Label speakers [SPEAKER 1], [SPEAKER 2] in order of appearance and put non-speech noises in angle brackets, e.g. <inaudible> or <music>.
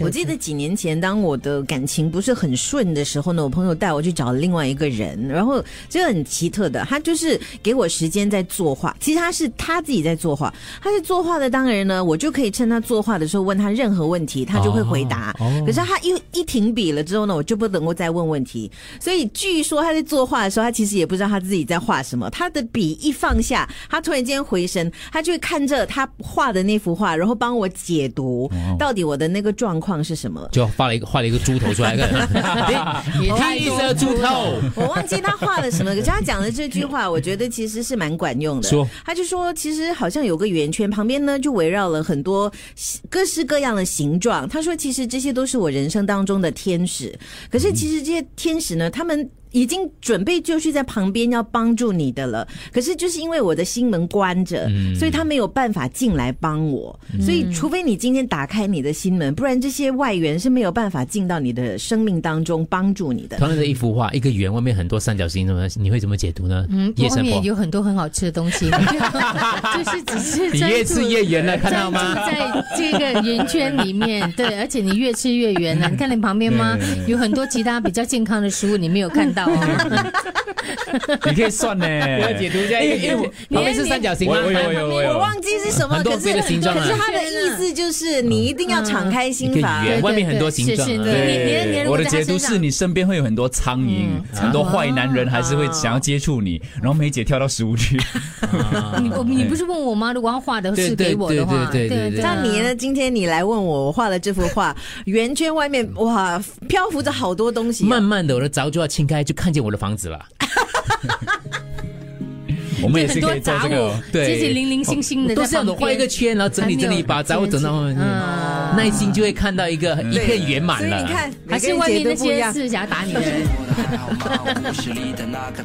[SPEAKER 1] 我记得几年前，当我的感情不是很顺的时候呢，我朋友带我去找另外一个人，然后这个很奇特的，他就是给我时间在作画，其实他是他自己在作画，他是作画的，当然呢，我就可以趁他作画的时候问他任何问题，他就会回答。
[SPEAKER 2] 哦哦
[SPEAKER 1] 可是他一一停笔了之后呢，我就不能够再问问题。所以据说他在作画的时候，他其实也不知道他自己在画什么，他的笔一放下，他突然间回神，他就会看着他画的那幅画，然后帮我解读到底我的那个状况是什么。
[SPEAKER 2] 就画了一个画了一个猪头出来， <laughs> 你
[SPEAKER 1] 太
[SPEAKER 2] 一
[SPEAKER 1] 多
[SPEAKER 2] 色猪头，
[SPEAKER 1] 我忘记他画了什么，可是他讲的这句话，我觉得其实是蛮管用的。
[SPEAKER 2] 说
[SPEAKER 1] 他就说，其实好像有个圆圈，旁边呢就围绕了很多各式各样的形状。他说，其实这些都是我人生当中的天使。可是其实这些天使呢，他们。已经准备就是在旁边要帮助你的了，可是就是因为我的心门关着，
[SPEAKER 2] 嗯
[SPEAKER 1] 所以他没有办法进来帮我。所以，除非你今天打开你的心门，不然这些外援是没有办法进到你的生命当中帮助你的。
[SPEAKER 2] 同样的一幅画，一个圆，外面很多三角形，怎么你会怎么解读呢？嗯夜
[SPEAKER 3] 外
[SPEAKER 2] 生
[SPEAKER 3] 面
[SPEAKER 2] 活，
[SPEAKER 3] 有很多很好吃的
[SPEAKER 2] <laughs>
[SPEAKER 3] 东西，就是只是
[SPEAKER 2] 你
[SPEAKER 3] 专
[SPEAKER 2] 越
[SPEAKER 3] 注
[SPEAKER 2] 吃越圆了，看到
[SPEAKER 3] 专注
[SPEAKER 2] 吗？
[SPEAKER 3] 在这个圆圈里面，对，而且你越吃越圆
[SPEAKER 2] 嗯
[SPEAKER 3] 了。你看你旁边吗
[SPEAKER 4] 对对？对
[SPEAKER 3] 有很多其他比较健康的食物，你没有看
[SPEAKER 2] <laughs>
[SPEAKER 3] 到哦。
[SPEAKER 4] 你可以算呢。
[SPEAKER 2] 我要解读一下，因为因为哎旁边是三角形吗？
[SPEAKER 4] 我有我有我
[SPEAKER 1] 我
[SPEAKER 4] 有，
[SPEAKER 1] 忘记是什么，
[SPEAKER 2] 很多
[SPEAKER 1] 可是
[SPEAKER 2] 别的形状啊
[SPEAKER 1] 可是他的意思就是你一定要敞开心房
[SPEAKER 2] 一个。圆外面很多形状啊
[SPEAKER 3] 是是你
[SPEAKER 1] 对
[SPEAKER 3] 你你你如
[SPEAKER 4] 呃我
[SPEAKER 3] 果
[SPEAKER 4] 的
[SPEAKER 3] 在他
[SPEAKER 4] 解
[SPEAKER 3] 身
[SPEAKER 4] 读是
[SPEAKER 3] 上，
[SPEAKER 4] 你身边会有很多苍蝇，很多坏男人还是会想要接触你，然后梅姐跳到食物区，
[SPEAKER 3] 你我你不是问我吗？如果要画的是
[SPEAKER 2] 对
[SPEAKER 3] 给我的话，
[SPEAKER 2] 对对对对对
[SPEAKER 1] 那
[SPEAKER 3] 啊
[SPEAKER 1] 你呢？今天你来问我，我画了这幅画，圆圈外面哇，漂浮着好多东西啊、
[SPEAKER 2] <laughs> 慢慢的，我的凿就要清开，就看见我的房子了。
[SPEAKER 4] 我们也
[SPEAKER 3] 这很
[SPEAKER 4] 是可
[SPEAKER 3] 多
[SPEAKER 4] 以做
[SPEAKER 3] 杂
[SPEAKER 4] 这个
[SPEAKER 3] 物
[SPEAKER 4] 哦。，
[SPEAKER 2] 对
[SPEAKER 3] 结结零零星星的
[SPEAKER 2] 都
[SPEAKER 3] 在
[SPEAKER 2] 是要
[SPEAKER 3] 旁
[SPEAKER 2] 画一个
[SPEAKER 3] 边。
[SPEAKER 2] 圈，然后整理整理，把杂物整到后面去，
[SPEAKER 3] 嗯
[SPEAKER 2] 耐心就会看到一个一
[SPEAKER 1] 对
[SPEAKER 2] 片圆满
[SPEAKER 1] 所以
[SPEAKER 2] 了。
[SPEAKER 1] 你看，
[SPEAKER 3] 还是
[SPEAKER 1] 每
[SPEAKER 3] 外
[SPEAKER 1] 个人
[SPEAKER 3] 面那
[SPEAKER 1] 解读不一
[SPEAKER 3] 些
[SPEAKER 1] 样
[SPEAKER 3] 是想要打你的人。
[SPEAKER 5] 还好吗？我故事里的那个。